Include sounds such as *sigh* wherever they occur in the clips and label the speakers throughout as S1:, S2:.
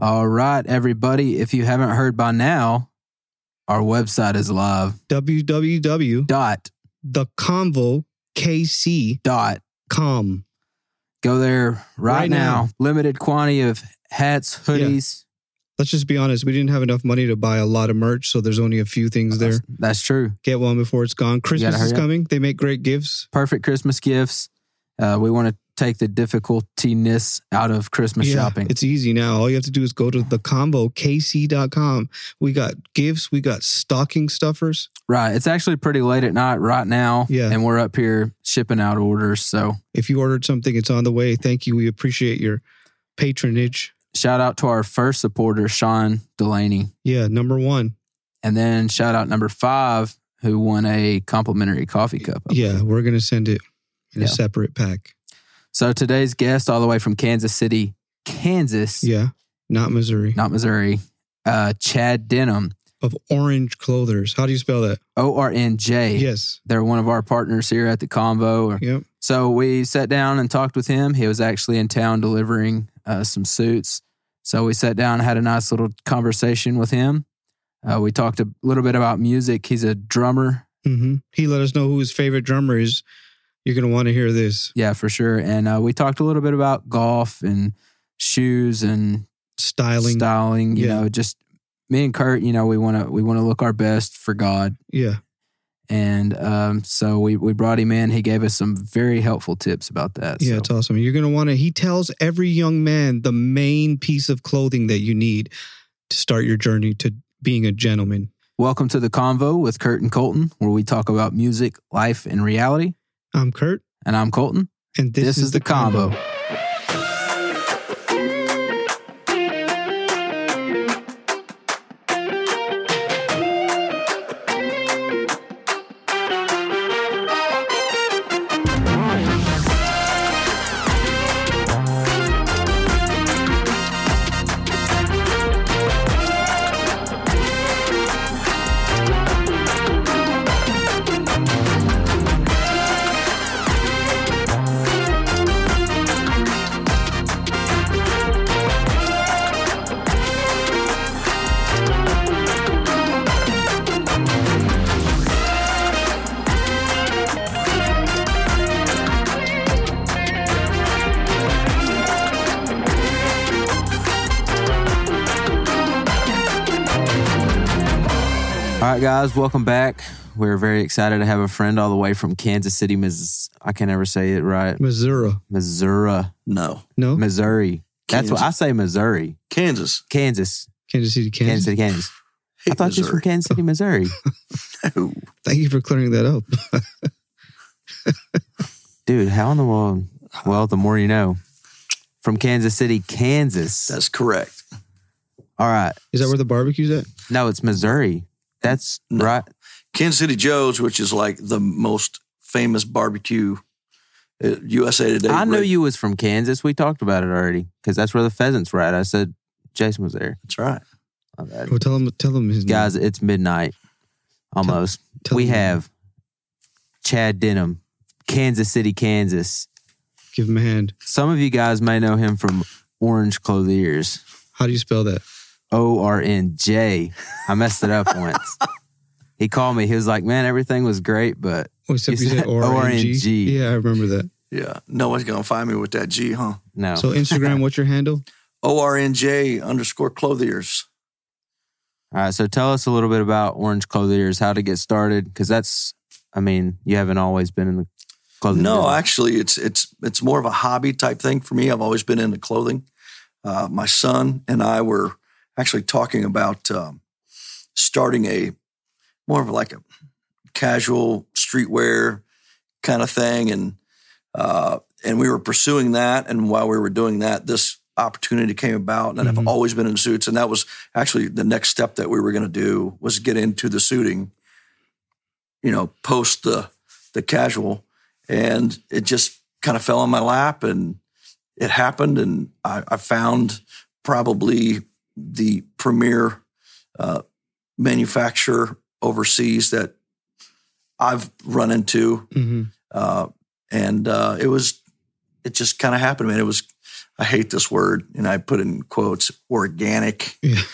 S1: All right, everybody. If you haven't heard by now, our website is live. Dot
S2: www.theconvokc.com.
S1: dot. Go there right,
S2: Right
S1: now.
S2: now.
S1: Limited quantity of hats, hoodies.
S2: Let's just be honest, we didn't have enough money to buy a lot of merch, so there's only a few things there.
S1: That's, that's true.
S2: Get one before it's gone. Christmas
S1: hurry
S2: is
S1: up.
S2: coming. They make great gifts.
S1: Perfect Christmas gifts. Uh, we want to take the difficultiness out of Christmas shopping.
S2: It's easy now. All you have to do is go to theconvokc.com. We got gifts, we got stocking stuffers.
S1: Right. It's actually pretty late at night right now.
S2: Yeah.
S1: And we're up here shipping out orders. So
S2: If you ordered something, it's on the way. Thank you. We appreciate your patronage.
S1: shout out to our first supporter, Sean Delaney.
S2: Yeah, number one.
S1: And then shout out number five, who won a complimentary coffee cup.
S2: Yeah, we're going to send it in a
S1: Yeah.
S2: separate pack.
S1: So today's guest, all the way from Kansas City, Kansas,
S2: Yeah, not Missouri.
S1: not Missouri, uh, Chad Denham,
S2: Of Orange Clothers. How do you spell that?
S1: O R N J.
S2: Yes.
S1: They're one of our partners here at the Convo.
S2: Yep.
S1: So we sat down and talked with him. He was actually in town delivering uh, some suits. So we sat down, had a nice little conversation with him. Uh, we talked a little bit about music. He's a drummer,
S2: hmm He let us know who his favorite drummer is. You're going to want to hear this
S1: yeah, for sure. And uh, we talked a little bit about golf and shoes and
S2: styling.
S1: styling. you
S2: Yeah.
S1: know, just me and Kurt. You know, we want to we want to look our best for God.
S2: Yeah.
S1: And um, so we we brought him in. He gave us some very helpful tips about that.
S2: Yeah,
S1: so.
S2: it's awesome. You're going to want to, he tells every young man the main piece of clothing that you need to start your journey to being a gentleman.
S1: Welcome to the Convo with Kurt and Colton, where we talk about music, life, and reality.
S2: I'm Kurt,
S1: And I'm Colton.
S2: and this, is, the combo.
S1: All right, guys, welcome back. We're very excited to have a friend all the way from Kansas City, Miss. I can never say it right.
S2: Missouri.
S1: Missouri,
S3: No,
S2: No?
S1: Missouri. That's what I
S3: Kansas.
S1: say. Missouri,
S3: Kansas.
S1: Kansas,
S2: Kansas City,
S1: Kansas,
S2: Kansas.
S1: City, Kansas. I
S3: Hate
S1: thought you was from
S3: Missouri.
S1: Kansas City, Missouri.
S3: No.
S2: Thank you for clearing that up.
S1: Dude, how in the world? Well, the more you know. From Kansas City, Kansas.
S3: That's correct.
S1: all right.
S2: Is that where the barbecue's at?
S1: No, it's Missouri. That's
S3: No.
S1: right.
S3: Kansas City Joe's, which is like the most famous barbecue. uh, USA Today.
S1: I knew
S3: rate.
S1: you was from Kansas. We talked about it already because that's where the pheasants were at. I said Jason was there.
S3: That's right.
S1: My bad.
S2: Well, tell him, tell him his
S1: Guys, it's midnight almost.
S2: name. Tell
S1: we
S2: him-
S1: have Chad Denham, Kansas City, Kansas.
S2: Give him a hand.
S1: Some of you guys may know him from Orange Clothiers.
S2: How do you spell that?
S1: O R N J. I messed it up once. He called me. He was like, "Man, everything was great, but
S2: Oh, except
S1: You
S2: you, said
S1: said
S2: ORNG.
S1: ORNG.
S2: Yeah, I remember that.
S3: Yeah. No one's gonna find me with that G, huh?
S1: no."
S2: So
S1: *laughs*
S2: Instagram, what's your handle?
S3: O R N J underscore clothiers.
S1: All right. So tell us a little bit about Orange Clothiers, how to get started, because that's, I mean, you haven't always been in the clothing.
S3: No,
S1: business.
S3: actually, it's it's it's more of a hobby type thing for me. I've always been into clothing. Uh, my son and I were actually talking about um, starting a more of like a casual streetwear kind of thing, and uh, and we were pursuing that. And while we were doing that, this opportunity came about, and I've
S2: Mhm.
S3: always been in suits. And that was actually the next step that we were going to do was get into the suiting. You know, post the the casual, and it just kind of fell in my lap, and it happened, and I, I found probably the premier uh, manufacturer overseas that I've run into
S2: Mm-hmm.
S3: uh, and uh, it was it just kind of happened, man. It was I hate this word, and I put in quotes organic.
S2: Yeah.
S3: *laughs*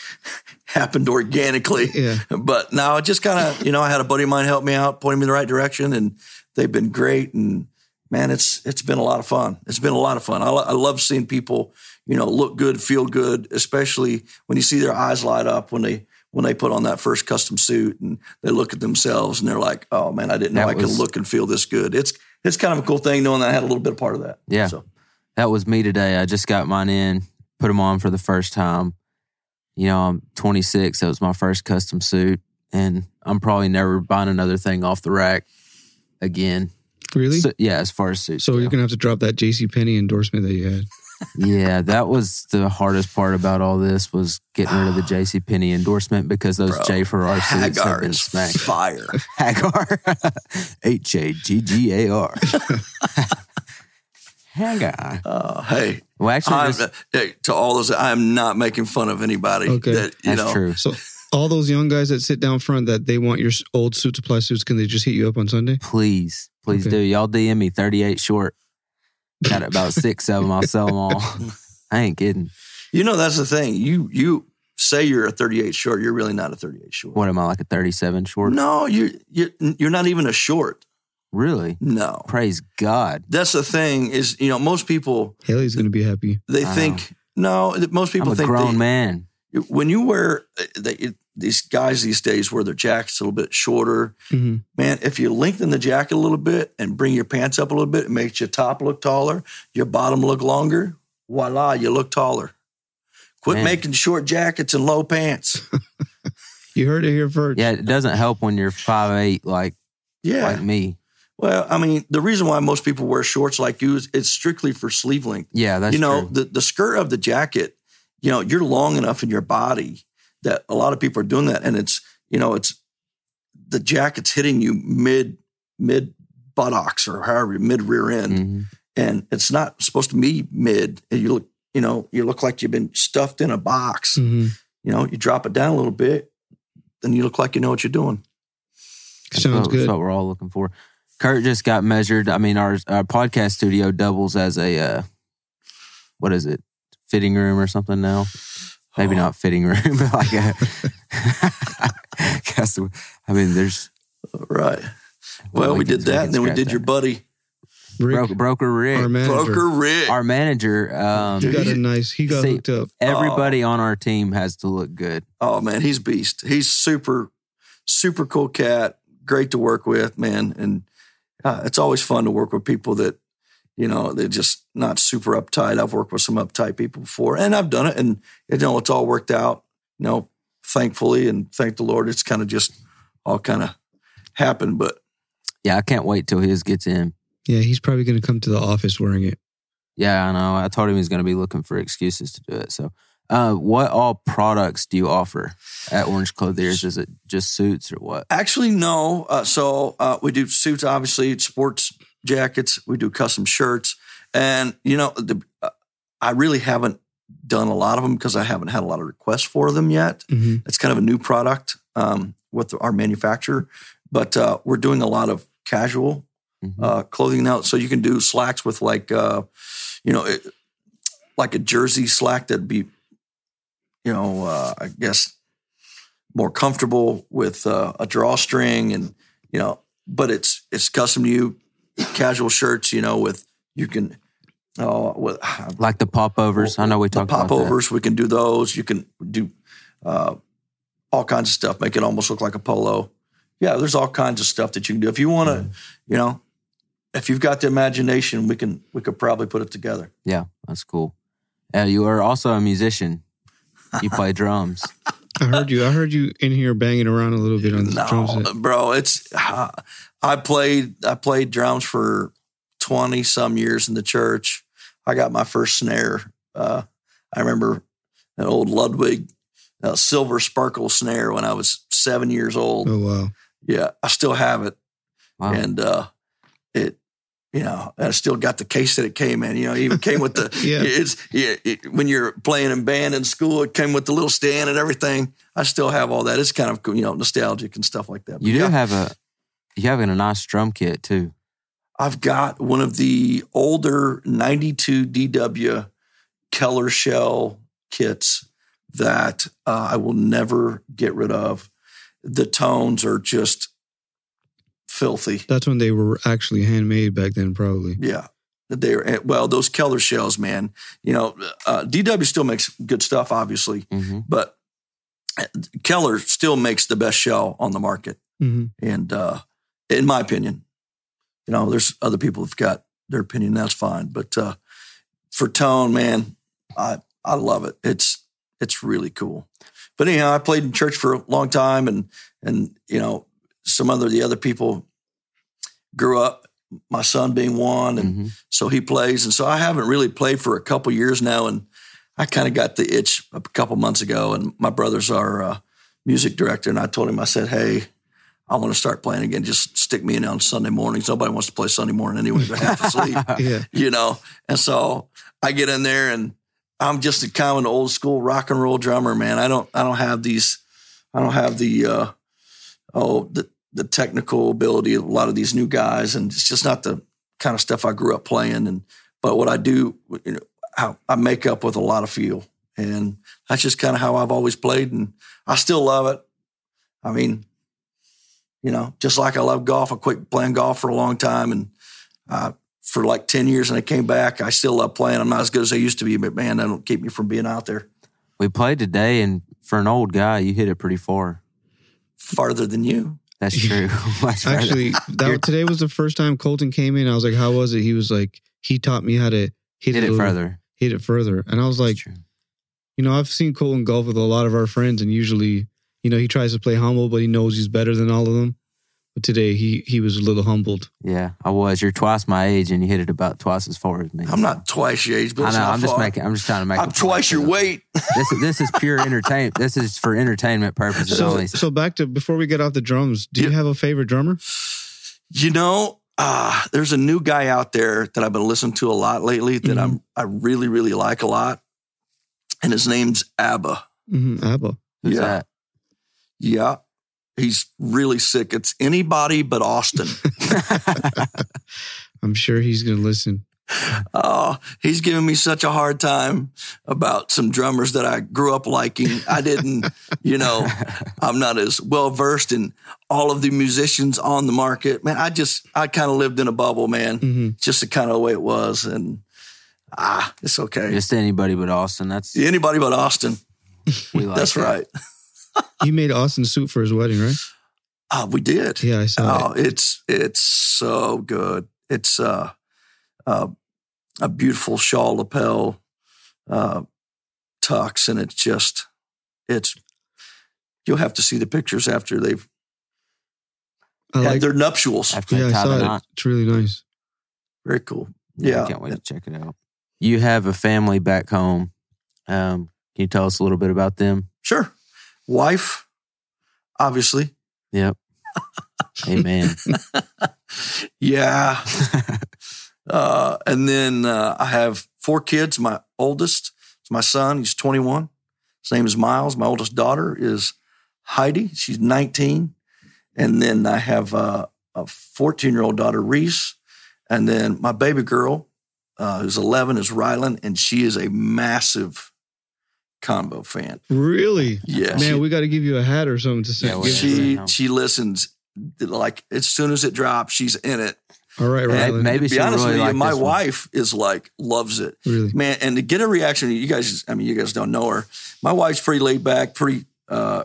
S2: *laughs*
S3: Happened organically.
S2: Yeah.
S3: But now it just kind of, you know, I had a buddy of mine help me out, pointing me in the right direction, and they've been great. And man, it's it's been a lot of fun. It's been a lot of fun. I, lo- I love seeing people, you know, look good, feel good, especially when you see their eyes light up when they when they put on that first custom suit and they look at themselves and they're like, oh man, I didn't know
S4: That
S3: I could
S4: was-
S3: look and feel this good. It's it's kind of a cool thing knowing that I had a little bit of part of that.
S1: Yeah.
S3: So
S1: that was me today. I just got mine in, put them on for the first time. You know, I'm 26. That was my first custom suit, and I'm probably never buying another thing off the rack again.
S2: Really? So,
S1: So- yeah, as far as suits. go.
S2: you're gonna have to drop that J.C. Penney endorsement that you had.
S1: yeah, that was the hardest part about all this was getting
S3: *sighs*
S1: rid of the J.C. Penney endorsement because those
S3: Bro,
S1: J. Farrar suits have
S3: Hagar
S1: been
S3: is
S1: smacked.
S3: fire.
S1: *laughs* Hagar, *laughs* H A G G A R. *laughs* Hagar. *laughs*
S3: Uh, hey,
S1: Well, actually,
S3: I'm, uh,
S1: this-
S3: hey, to all those, I am not making fun of anybody.
S2: Okay.
S3: That, you
S1: that's
S3: know,
S1: true.
S2: So all those young guys that sit down front that they want your s- old suit supply suits, can they just hit you up on Sunday?
S1: please, please
S2: Okay.
S1: do. Y'all DM me 38 short. Got about six of them. I'll sell them
S3: *laughs*
S1: all. I ain't kidding.
S3: You know, that's the thing. You you say you're a 38 short. You're really not a 38 short.
S1: What am I like a 37 short?
S3: No, you're, you're you're not even a short.
S1: Really?
S3: No,
S1: Praise God.
S3: that's the thing. Is you know most people
S2: Haley's gonna be happy.
S3: they
S1: I
S3: think no. th- Most people
S1: I'm a
S3: think
S1: grown
S3: they-
S1: man.
S3: when you wear uh, they, it- these guys these days wear their jackets a little bit shorter.
S2: hmm
S3: Man, if you lengthen the jacket a little bit and bring your pants up a little bit, it makes your top look taller, your bottom look longer. Voila, you look taller. Quit
S1: Man.
S3: making short jackets and low pants.
S1: *laughs*
S2: You heard it here first.
S1: Yeah, it doesn't help when you're five eight like
S3: Yeah.
S1: like me.
S3: Well, I mean, the reason why most people wear shorts like you is it's strictly for sleeve length.
S1: Yeah, that's
S3: you know,
S1: true.
S3: the the skirt of the jacket, you know, you're long enough in your body that a lot of people are doing that, and it's you know, it's the jacket's hitting you mid mid buttocks or however mid rear end,
S1: Mhm.
S3: and it's not supposed to be mid. And you look, you know, you look like you've been stuffed in a box.
S1: Mm.
S2: hmm
S3: You know, you drop it down a little bit, then you look like you know what you're doing.
S1: That's
S2: Sounds
S1: what- That's
S2: good.
S1: what we're all looking for. Kurt just got measured. I mean, our our podcast studio doubles as a uh, what is it? Fitting room or something now? Maybe
S3: Oh.
S1: not fitting room, *laughs* but like a guess. I mean, there's
S3: Right. Well, we,
S1: can-
S3: did that,
S1: can
S3: and then we
S1: scrap
S3: did
S1: that.
S3: your buddy.
S2: Rick,
S1: Bro- broker Rick,
S2: our
S1: our,
S2: manager,
S3: Broker Rick.
S1: manager.
S2: he
S1: Um,
S2: got a nice. He got
S1: See-
S2: hooked up.
S1: everybody on our team has to look good.
S3: oh man, he's beast. He's super, super cool cat. Great to work with, man. And uh, it's always fun to work with people that, you know, they're just not super uptight. I've worked with some uptight people before, and I've done it, and you know, it's all worked out. You know, thankfully, and thank the Lord, it's kind of just all kind of happened. But
S1: Yeah, I can't wait till his gets in.
S2: Yeah, he's probably gonna come to the office wearing it.
S1: Yeah, I know. I told him he's going to be looking for excuses to do it. So, uh, what all products do you offer at Orange Clothiers? Is it just suits or what?
S3: Actually, no. Uh, so uh, we do suits, obviously, sports jackets. We do custom shirts, and you know, the, uh, I really haven't done a lot of them because I haven't had a lot of requests for them yet.
S2: hmm
S3: It's kind of a new product um, with our manufacturer, but uh, we're doing a lot of casual
S1: Mhm.
S3: uh, clothing now. So you can do slacks with like, uh, you know, it, like a jersey slack that'd be, you know, uh, I guess more comfortable with uh, a drawstring and you know, but it's it's custom to you. Casual shirts, you know, with you can oh with *sighs*
S1: like the popovers. I know we
S3: the
S1: talked about that.
S3: popovers. We can do those. You can do uh, all kinds of stuff. Make it almost look like a polo. Yeah, there's all kinds of stuff that you can do. If you want to, you know, if you've got the imagination, we can we could probably put it together.
S1: Yeah, that's cool. Uh, you are also a musician. You play
S3: *laughs*
S1: drums.
S2: I heard you. I heard you in here banging around a little bit on this drum
S3: No,
S2: set.
S3: bro, it's I played I played drums for twenty some years in the church. I got my first snare. Uh, I remember an old Ludwig uh, silver sparkle snare when I was seven years old.
S2: Oh wow!
S3: Yeah, I still have it,
S1: Wow.
S3: and uh, it. You know, I still got the case that it came in. You know, it even came
S1: *laughs*
S3: with the.
S2: Yeah.
S3: It's yeah. It, when you're playing in band in school, it came with the little stand and everything. I still have all that. It's kind of you know nostalgic and stuff like that.
S1: you do
S3: Yeah.
S1: have a you have a nice drum kit too.
S3: I've got one of the older 92 DW Keller shell kits that uh, I will never get rid of. The tones are just filthy.
S2: That's when they were actually handmade back then, probably.
S3: Yeah. They are well, those Keller shells, man. You know, uh, DW still makes good stuff, obviously,
S1: hmm
S3: but eh, Keller still makes the best shell on the market,
S2: hmm
S3: and uh, in my opinion, you know, there's other people have got their opinion. That's fine, but uh, for tone, man, I I love it. It's it's really cool. But anyhow, I played in church for a long time, and and you know, some other the other people grew up. My son being one, and *laughs*
S1: hmm
S3: so he plays, and so I haven't really played for a couple years now, and I kind of got the itch a couple months ago. And my brother's our uh, music director, and I told him, I said, "Hey, I want to start playing again. Just stick me in on Sunday mornings. Nobody wants to play Sunday morning anyway. They're half asleep,
S2: Yeah.
S3: *laughs* you know." And so I get in there, and I'm just a common old school rock and roll drummer, man. I don't, I don't have these, I don't have the, uh, oh, the the technical ability of a lot of these new guys, and it's just not the kind of stuff I grew up playing. And but what I do, you know, how I make up with a lot of feel, and that's just kind of how I've always played, and I still love it. I mean, you know, just like I love golf, I quit playing golf for a long time, and uh, for like ten years, and I came back. I still love playing. I'm not as good as I used to be, but man, that don't keep me from being out there
S1: *laughs* We played today, and for an old guy, you hit it pretty far.
S3: farther than you. *laughs*
S1: That's true. *laughs* That's right. *laughs*
S2: Actually, that, today was the first time Colton came in. I was like, "How was it?" He was like, "He taught me how to hit,
S1: hit
S2: a
S1: it
S3: um,
S2: little-
S1: further.
S2: hit it further." And I was
S1: That's
S2: like,
S1: true.
S2: you know, I've seen Colton golf with a lot of our friends, and usually, you know, he tries to play humble, but he knows he's better than all of them. But today, he he was a little humbled.
S1: yeah, I was. You're twice my age, and you hit it about twice as far as me.
S3: I'm not twice your age, but
S1: I
S3: it's
S1: know.
S3: not
S1: I'm just
S3: far.
S1: making. I'm just trying to make.
S3: I'm
S1: a
S3: twice your
S1: point.
S3: weight.
S1: This is this is pure entertainment. This is for entertainment purposes
S2: So,
S1: only.
S2: so back to before we get off the drums, do you
S3: Yeah.
S2: have a favorite drummer?
S3: You know, uh, there's a new guy out there that I've been listening to a lot lately that
S1: Mm-hmm.
S2: Mhm.
S3: I'm I really really like a lot, and his name's Abba.
S2: hmm Abba.
S1: Who's
S3: Yeah.
S1: that?
S3: Yeah, he's really sick. It's anybody but Austin. *laughs*
S2: I'm sure he's gonna listen.
S3: Oh, he's giving me such a hard time about some drummers that I grew up liking. I didn't, *laughs* you know, I'm not as well versed in all of the musicians on the market. Man, I just, I kind of lived in a bubble, man.
S1: Mm.
S2: hmm
S3: Just the kind of way it was. And ah, it's okay.
S1: Just anybody but Austin. That's
S3: Anybody but Austin.
S1: we like.
S3: That's
S1: that.
S3: right.
S2: You made Austin suit for his wedding, right?
S3: Ah, we did.
S2: Yeah, I saw
S3: Oh,
S2: it.
S3: it's it's so good. It's uh, uh, a beautiful shawl lapel uh, tux, and it's just it's. You'll have to see the pictures after they've
S1: Oh,
S2: I
S3: had
S2: like.
S3: their nuptials.
S1: After
S2: Yeah,
S1: they
S2: I
S1: tie the
S2: saw it.
S1: knot.
S2: It's really nice.
S3: Very cool.
S1: I
S3: Yeah.
S1: can't wait to check it out. You have a family back home. Um, can you tell us a little bit about them?
S3: Sure. Wife, obviously. *laughs*
S1: Yep. Amen.
S3: Yeah. Uh, and then uh, I have four kids. My oldest is my son. He's 21. His name is Miles. My oldest daughter is Heidi. She's 19. And then I have uh, a 14 year old daughter, Reese. And then my baby girl, uh, who's 11, is Rylan. And she is a massive combo fan.
S2: Really,
S3: Yeah.
S2: man, we got to give you a hat or something to say.
S1: Yeah, we'll
S2: give-
S1: do
S3: she,
S1: Yeah.
S3: she listens. Like as soon as it drops, she's in it.
S2: all right,
S1: May-
S2: Rylan.
S1: maybe
S3: To
S1: she
S3: be honest
S1: really
S3: with you,
S1: like
S3: my
S1: this one.
S3: wife is like loves it.
S2: Really,
S3: man and to get a reaction you guys i mean you guys don't know her my wife's pretty laid back pretty uh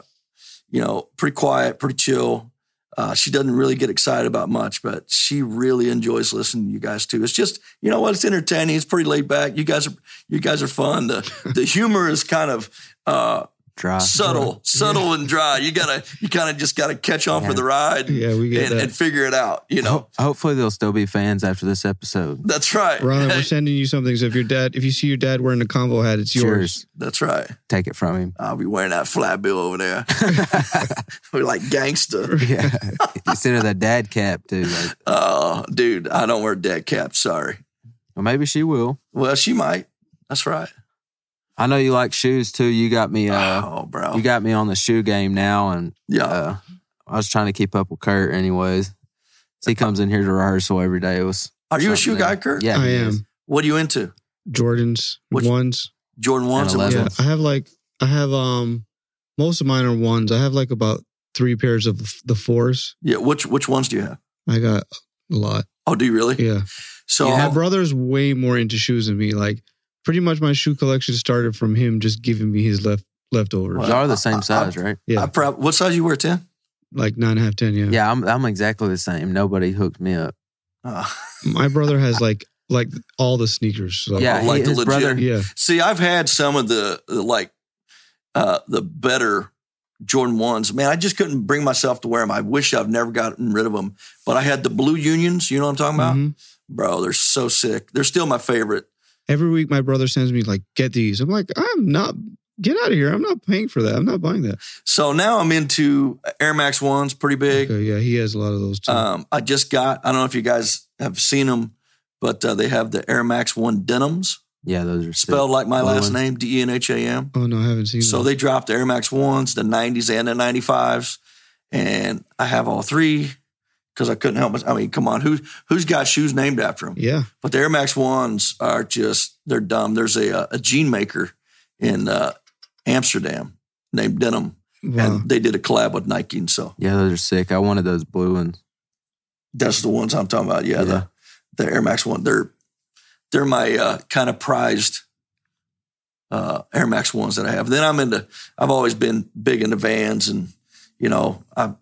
S3: you know pretty quiet pretty chill uh, she doesn't really get excited about much, but she really enjoys listening to you guys too. It's just, you know what? It's entertaining. It's pretty laid back. You guys are, you guys are fun. The the *laughs* humor is kind of uh,
S1: Dry.
S3: subtle, subtle and dry. You gotta, you kind of just gotta catch on for
S1: Yeah.
S3: the ride and,
S2: yeah, we get
S3: and,
S2: that. Oh.
S3: and figure it out. You know,
S1: Ho- hopefully they'll still be fans after this episode.
S3: that's right.
S1: *laughs*
S2: Ron,
S3: *laughs*
S2: we're sending you something. So if your dad, if you see your dad wearing a combo hat, it's yours.
S1: Cheers.
S3: That's right.
S1: Take it from him.
S3: I'll be Uh, wearing that flat bill over there. *laughs*
S2: *laughs*
S3: We're like gangster.
S1: *laughs* Yeah. Consider that dad cap too. Like,
S3: Oh, dude, I don't wear dead cap. Sorry.
S1: well, maybe she will.
S3: Well, she might. That's right.
S1: I know you like shoes too. You got me. Uh,
S3: oh, bro.
S1: you got me on the shoe game now, and
S3: yeah.
S1: uh, I was trying to keep up with Kurt. Anyways, he comes in here to rehearsal every day. It was
S3: Are you a shoe
S1: something.
S3: guy, Kurt?
S1: Yeah,
S2: I
S1: he is.
S2: am
S3: What are you into?
S2: Jordans
S3: Which-
S2: ones.
S3: Jordan ones
S1: And
S3: and
S1: 11.
S2: Yeah,
S1: ones.
S2: I have like I have um most of mine are ones. I have like about three pairs of the fours.
S3: yeah. Which which ones do you have?
S2: I got a lot.
S3: Oh, do you really?
S2: Yeah,
S3: So
S4: You
S2: my
S4: have-
S2: brother's way more into shoes than me. Like pretty much my shoe collection started from him just giving me his left leftovers.
S3: Wow.
S1: They are the
S3: I- I-
S1: same size, right?
S2: Yeah,
S3: I prob- what size you wear? Ten.
S2: like nine and a half, ten. Yeah.
S1: Yeah, I'm I'm exactly the same. Nobody hooked me up.
S3: Uh, *laughs*
S2: my brother has like like all the sneakers. So.
S1: yeah,
S3: I like
S1: he-
S3: the
S1: his
S3: legit-
S1: brother.
S2: yeah.
S3: see, I've had some of the the, like uh, the better Jordan ones. Man, I just couldn't bring myself to wear them. I wish I've never gotten rid of them. But I had the blue unions. You know what I'm talking about,
S2: Mhm.
S3: bro? They're so sick. They're still my favorite.
S2: Every week, my brother sends me like, "Get these." I'm like, "I'm not. Get out of here. I'm not paying for that. I'm not buying that."
S3: So now I'm into Air Max ones, pretty big.
S2: Okay, yeah, he has a lot of those too.
S3: Um, I just got. I don't know if you guys have seen them, but uh, they have the Air Max One denims,
S1: Yeah, those are sick.
S3: spelled like my
S1: Blue
S3: last
S1: ones.
S3: name, D E N H A M.
S2: oh no, I haven't seen.
S3: So
S2: them.
S3: they dropped the Air Max ones, the nineties and the ninety fives, and I have all three because I couldn't help myself. I mean, come on, who's who's got shoes named after them?
S2: yeah,
S3: But the Air Max ones are just they're dumb. There's a uh, a jean maker in uh, Amsterdam named Denim,
S2: wow.
S3: and they did a collab with Nike, and so
S1: Yeah, those are sick. I wanted those blue ones.
S3: that's the ones I'm talking about. Yeah,
S1: Yeah.
S3: the the Air Max one. They're they're my uh, kind of prized uh, Air Max ones that I have. Then I'm into. I've always been big into Vans, and you know I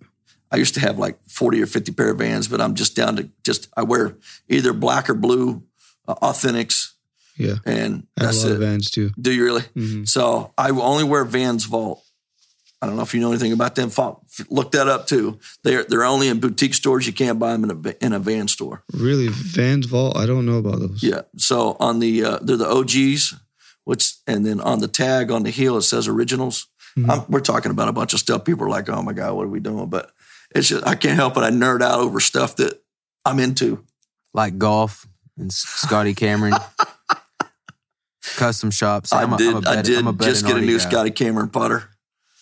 S3: I used to have like 40 or 50 pair of Vans, but I'm just down to just I wear either black or blue uh, Authentics,
S2: yeah,
S3: and
S2: I have a
S3: that's
S2: lot of
S3: it.
S2: vans too.
S3: Do you really?
S2: Mhm.
S3: So I only wear Vans Vault. I don't know if you know anything about them. Fo- Look that up too. They're they're only in boutique stores. You can't buy them in a va- in a van store.
S2: Really, Vans Vault. I don't know about those.
S3: Yeah. So on the uh, they're the OGs, which and then on the tag on the heel it says originals.
S1: Mm-hmm.
S2: Mhm.
S3: I'm, we're talking about a bunch of stuff. People are like, "Oh my god, what are we doing?" But it's just I can't help it. I nerd out over stuff that I'm into.
S1: Like golf and S- Scotty
S3: *laughs*
S1: Cameron. Custom shops.
S3: I
S1: I'm a- I'm
S3: did.
S1: a
S3: I
S1: bet-
S3: did
S1: I'm a
S3: just get a
S1: betting
S3: new
S1: Artie guy.
S3: Scotty Cameron Potter.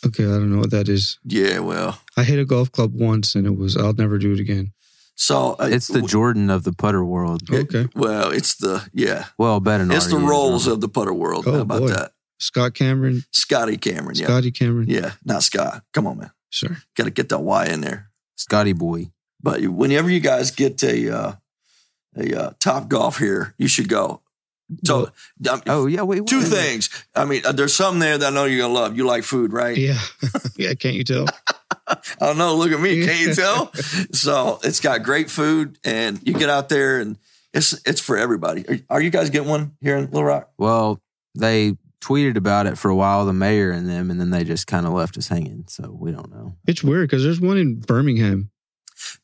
S2: Okay, I don't know what that is.
S3: Yeah. Well,
S2: I hit a golf club once, and it was I'll never do it again.
S3: so uh,
S1: It's the Jordan of the putter world.
S2: Okay,
S3: well, it's the yeah.
S1: Well, betting
S3: It's the
S1: Artie is,
S3: roles
S1: huh?
S3: of the putter world.
S2: Oh,
S3: How about
S2: boy.
S3: that?
S2: Scott Cameron,
S3: Scotty Cameron. Yeah.
S2: Scotty Cameron.
S3: Yeah. Not Scott. Come on, man.
S2: Sure.
S3: Got to get that Y in there.
S1: Scotty boy.
S3: But whenever you guys get a uh, a uh, top golf here, you should go. So, um,
S1: Oh yeah, wait.
S3: two
S1: wait.
S3: things. I mean, uh, there's some there that I know you're gonna love. You like food, right?
S2: Yeah, *laughs* yeah. Can't you tell?
S3: I don't know. Look at me.
S2: Yeah.
S3: Can you tell?
S2: *laughs*
S3: so it's got great food, and you get out there, and it's it's for everybody. Are, are you guys getting one here in Little Rock?
S1: Well, they tweeted about it for a while, the mayor and them, and then they just kind of left us hanging. So we don't know.
S2: It's weird because there's one in Birmingham.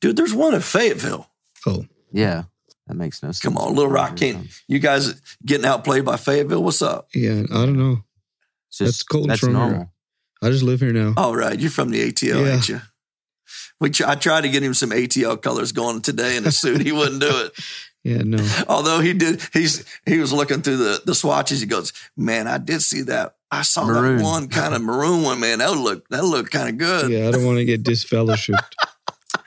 S3: Dude, there's one in Fayetteville.
S2: Oh,
S1: Yeah, that makes no sense.
S3: Come on, Little Rock can't. You guys getting outplayed by Fayetteville? What's up?
S2: yeah. I don't know.
S1: It's
S2: That's
S1: just-
S2: Colton
S1: That's
S2: Schroeder.
S1: normal.
S2: I just live here now.
S3: All right, you're from the ATL,
S2: Yeah.
S3: ain't you? We tr- I tried to get him some ATL colors going today in a suit. He wouldn't do it.
S2: *laughs* Yeah, no.
S3: Although he did, he's he was looking through the the swatches. He goes, "Man, I did see that. I saw
S1: Maroon.
S3: that
S2: *laughs*
S3: one kind of maroon one. Man, that look that looked kind of good.
S2: Yeah, I don't want to
S3: *laughs*
S2: get disfellowshipped.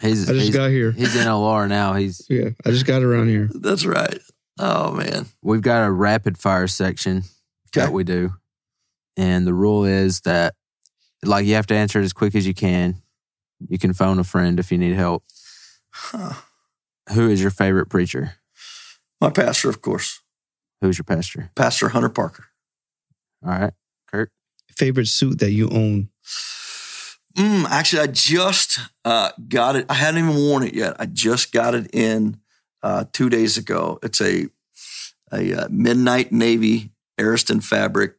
S1: He's
S2: I just
S1: he's,
S2: got here.
S1: he's in LR now. He's
S2: Yeah, I just got around here.
S3: That's right. Oh man,
S1: we've got a rapid fire section that
S3: Okay.
S1: we do, and the rule is that like you have to answer it as quick as you can. You can phone a friend if you need help.
S3: Huh.
S1: Who is your favorite preacher?
S3: my pastor, of course,
S1: Who's your pastor?
S3: Pastor Hunter Parker.
S1: All right, Kurt.
S2: Favorite suit that you own?
S3: Mm, actually, I just uh, got it. I hadn't even worn it yet. I just got it in uh, two days ago. It's a a uh, midnight navy Ariston fabric,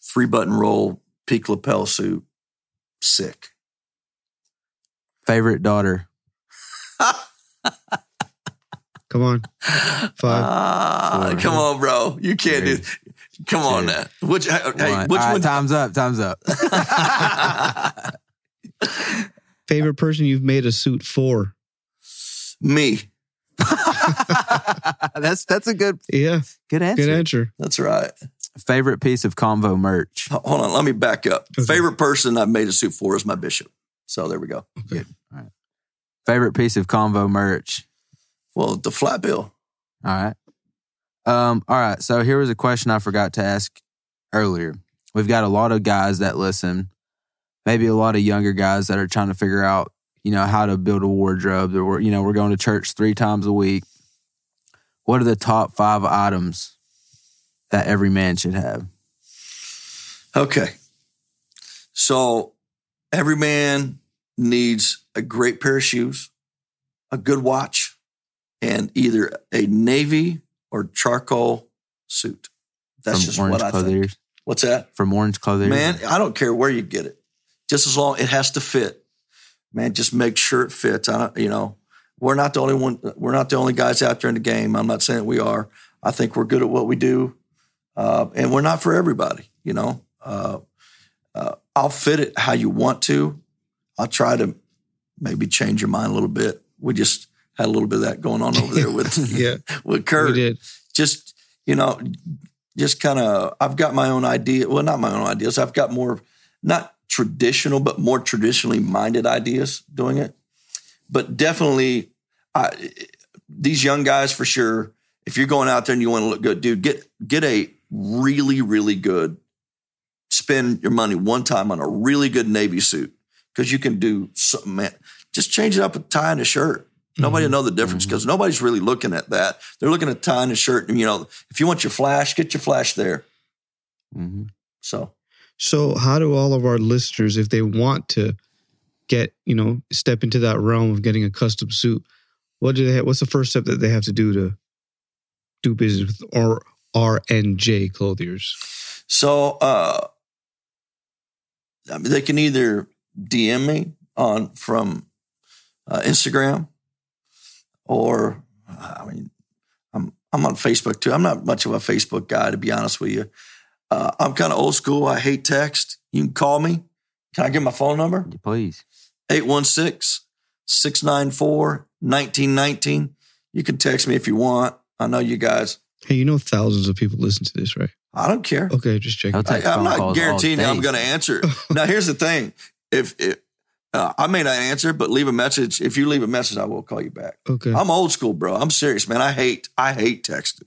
S3: three button roll, peak lapel suit. Sick.
S1: Favorite daughter.
S2: Come on. Five.
S3: Ah,
S1: Four.
S3: come on, bro. You can't do. Come on,
S1: Two.
S3: now. Which hey,
S1: One.
S3: which
S1: All right,
S3: one?
S1: Time's up. Time's up.
S3: *laughs*
S1: *laughs*
S2: Favorite person you've made a suit for?
S3: Me.
S1: that's that's a good
S2: Yeah,
S1: good answer.
S2: good answer.
S3: That's right.
S1: Favorite piece of convo merch.
S3: H- Hold on. Let me back up.
S2: Okay.
S3: Favorite person I've made a suit for is my bishop. So there we go.
S1: Favorite piece of convo merch.
S3: Well, the flat bill.
S1: All right. Um, all right. So here was a question I forgot to ask earlier. We've got a lot of guys that listen, maybe a lot of younger guys that are trying to figure out, you know, how to build a wardrobe. That we're, you know, we're going to church three times a week. What are the top five items that every man should have?
S3: Okay. So every man needs a great pair of shoes, a good watch, and either a navy or charcoal suit. That's just what I think.
S1: Clothiers.
S3: What's that?
S1: From Orange Clothiers.
S3: Man, I don't care where you get it. Just as long it has to fit. Man, just make sure it fits. I don't, you know, we're not the only one we're not the only guys out there in the game. I'm not saying we are. I think we're good at what we do. Uh, and we're not for everybody, you know. Uh, uh, I'll fit it how you want to. I'll try to maybe change your mind a little bit. We just had a little bit of that going on over there with
S2: Yeah,
S3: with Kurt
S2: we did.
S3: just you know just kind of i've got my own idea well not my own ideas i've got more not traditional but more traditionally minded ideas doing it but definitely i these young guys for sure if you're going out there and you want to look good dude get get a really really good spend your money one time on a really good navy suit because you can do something man just change it up a tie and a shirt Nobody
S2: Mm-hmm.
S3: will know the difference because nobody's really looking at that. They're looking at tie and a shirt. And, you know, if you want your flash, get your flash there.
S1: Mhm.
S3: So,
S2: So, how do all of our listeners, if they want to get, you know, step into that realm of getting a custom suit, what do they? Have, what's the first step that they have to do to do business with R R N J Clothiers?
S3: so uh, I mean, they can either DM me on from uh, Instagram or I mean, I'm I'm on Facebook too. I'm not much of a Facebook guy to be honest with you. Uh, I'm kind of old school. I hate text. You can call me. Can I get my phone number?
S1: Please.
S3: 816-694-1919. You can text me if you want. I know you guys.
S2: Hey, you know, thousands of people listen to this, right?
S3: I don't care.
S2: Okay, just check.
S1: I'll
S3: I,
S1: take
S3: am
S1: phone calls all
S3: not guaranteeing
S1: day.
S3: I'm going to answer. now, here's the thing: if, if uh, I may not answer, but leave a message. If you leave a message, I will call you back.
S2: *laughs* Okay,
S3: I'm old school, bro. I'm serious, man. I hate I hate texting.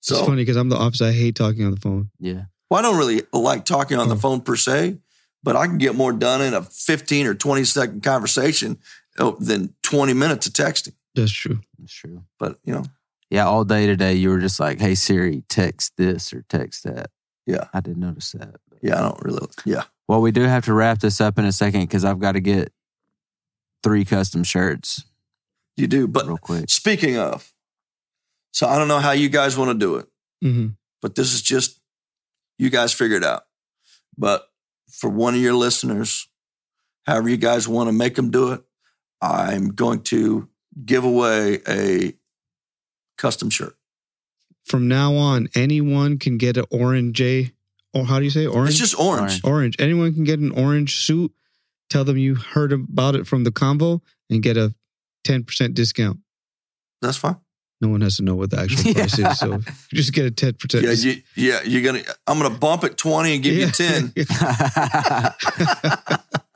S2: it's
S3: So
S2: funny because I'm the opposite. I hate talking on the phone.
S1: Yeah.
S3: well, I don't really like talking on the
S1: Hmm.
S2: Oh.
S3: phone per se, but I can get more done in a 15 or 20 second conversation uh, than 20 minutes of texting.
S2: That's true.
S1: That's true.
S3: But you know,
S1: Yeah. All day today, you were just like, hey, Siri, text this or text that.
S3: Yeah.
S1: I didn't notice that.
S3: yeah, I don't really. Yeah.
S1: Well, we do have to wrap this up in a second because I've got to get three custom shirts
S3: You do. But
S1: real
S3: *laughs*
S1: quick. *laughs*
S3: speaking of, so I don't know how you guys want to do it,
S2: hmm
S3: but this is just you guys figure it out. But for one of your listeners, however you guys want to make them do it, I'm going to give away a custom shirt.
S2: From now on, anyone can get an orange J. Or how do you say it? orange?
S3: It's just orange.
S1: Orange.
S2: orange. Anyone can get an orange suit. Tell them you heard about it from the combo and get a 10% discount.
S3: That's fine.
S2: No one has to know what the
S3: *laughs*
S2: actual price
S1: Yeah.
S2: is. So just get a 10%
S3: Yeah,
S2: discount.
S3: you, yeah, you're gonna. I'm gonna bump it twenty and
S2: *laughs*
S3: give you *laughs* ten.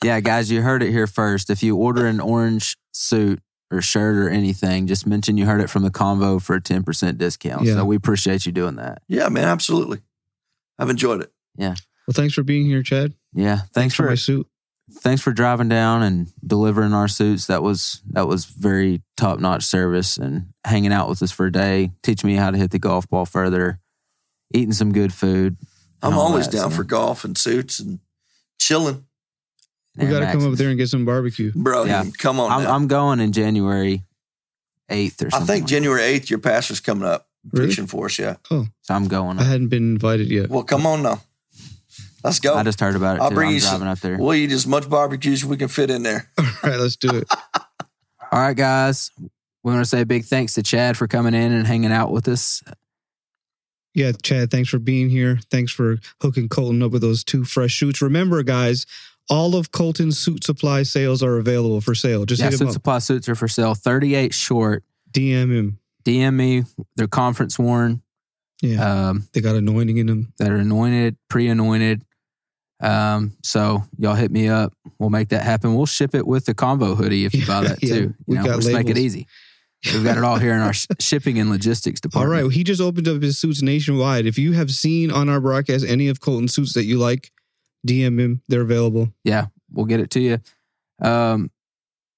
S1: yeah, guys, you heard it here first. If you order an orange suit or shirt or anything, just mention you heard it from the convo for a 10% discount.
S2: Yeah.
S1: So we appreciate you doing that.
S3: Yeah, man, absolutely. I've enjoyed it.
S2: Well, thanks for being here, Chad.
S1: Yeah. Thanks
S2: For
S1: for
S2: my suit.
S1: thanks for driving down and delivering our suits. That was that was very top notch service and hanging out with us for a day, teaching me how to hit the golf ball further, eating some good food. and
S3: I'm
S1: all
S3: always
S1: that,
S3: down
S1: so-
S3: for golf and suits and chilling,
S2: We got to come up
S1: Max's.
S2: there and get some barbecue.
S3: bro.
S1: Yeah.
S3: Come on.
S1: I'm,
S3: now.
S1: I'm going in January eighth or
S3: I
S1: something.
S3: think
S1: like
S3: January 8th, your pastor's coming up
S2: Really?
S3: preaching for us. Yeah.
S1: that. so I'm going.
S2: I hadn't been invited yet. *laughs*
S3: Well, come on now. Let's go.
S1: I just heard about it.
S3: Oh, I'll
S1: too.
S3: bring
S1: I'm
S3: you some-
S1: driving up there.
S3: we'll eat as much barbecue as we can fit in there.
S2: All right, let's do it.
S1: All right, guys. We want to say a big thanks to Chad for coming in and hanging out with us.
S2: Yeah, Chad, thanks for being here. Thanks for hooking Colton up with those two fresh suits. Remember, guys, all of Colton's suit supply sales are available for sale. Just
S1: yeah,
S2: hit him
S1: Suit
S2: up.
S1: Supply suits are for sale. 38 short.
S2: DM him.
S1: DM me. They're conference worn.
S2: Yeah,
S1: Um,
S2: they got anointing in them.
S1: that are anointed, pre-anointed. Um, so y'all hit me up. We'll make that happen. We'll ship it with the convo hoodie if you buy that
S2: *laughs* Yeah,
S1: too. You
S2: we
S1: know,
S2: got
S1: just make it
S2: labels.
S1: easy. We've got it all here in our sh- shipping and logistics
S2: *laughs* All
S1: department.
S2: right. Well, he just opened up his suits nationwide. If you have seen on our broadcast any of Colton's suits that you like, DM him. They're available.
S1: yeah, we'll get it to you. Um,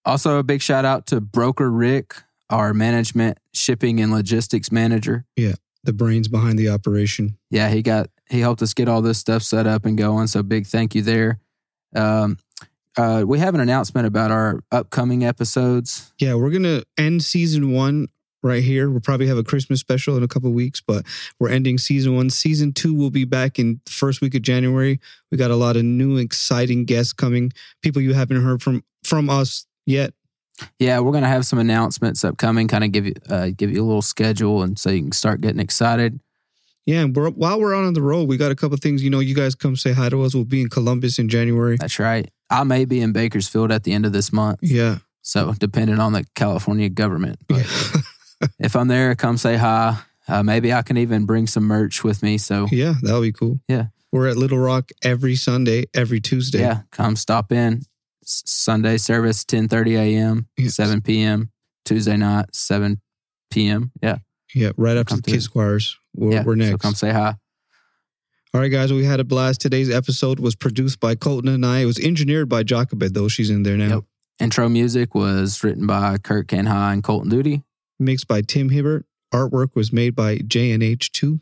S1: also, a big shout out to Broker Rick, our management, shipping, and logistics manager.
S2: The brains behind the operation.
S1: Yeah, he got he helped us get all this stuff set up and going. So big thank you there. Um, uh, we have an announcement about our upcoming episodes.
S2: Yeah, we're gonna end season one right here. We'll probably have a Christmas special in a couple weeks, but we're ending season one. Season two will be back in the first week of January. We got a lot of new exciting guests coming. People you haven't heard from from us yet.
S1: Yeah, we're gonna have some announcements upcoming. Kind of give you uh, give you a little schedule, and so you can start getting excited.
S2: Yeah, and we're, while we're out on the road, we got a couple things. You know, you guys come say hi to us. We'll be in Columbus in January.
S1: That's right. I may be in Bakersfield at the end of this month,
S2: Yeah.
S1: so depending on the California government.
S2: *laughs*
S1: But if I'm there, come say hi. Uh, maybe I can even bring some merch with me. So
S2: Yeah, that'll be cool.
S1: Yeah.
S2: We're at Little Rock every Sunday, every Tuesday.
S1: yeah, come stop in. S- Sunday service 10:30 a.m.,
S2: Yes.
S1: 7 p.m. Tuesday night 7 p.m. Yeah,
S2: Yeah, right after
S1: Come
S2: the kids choirs. We're,
S1: yeah.
S2: we're next.
S1: So come say hi.
S2: All right, guys, we had a blast. Today's episode was produced by Colton and I. It was engineered by Jochebed, though. She's in there now.
S1: Yep. Intro music was written by Kurt Canha and Colton Duty.
S2: Mixed by Tim Hibbert. Artwork was made by JNH2.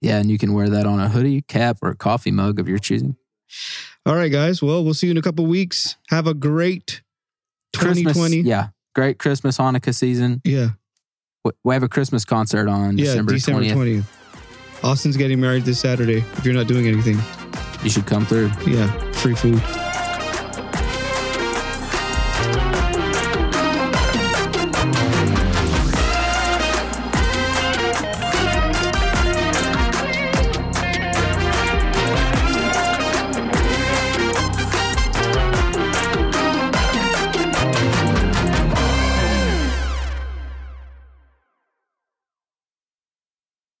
S1: Yeah, and you can wear that on a hoodie, cap, or a coffee mug of your choosing.
S2: All right, guys. Well, we'll see you in a couple weeks. Have a great 2020.
S1: Christmas, yeah, great Christmas Hanukkah season.
S2: yeah.
S1: We- We have a Christmas concert on
S2: Yeah,
S1: December
S2: December
S1: 20th.
S2: 20th. Austin's getting married this Saturday. If you're not doing anything,
S1: You should come through.
S2: yeah, free food.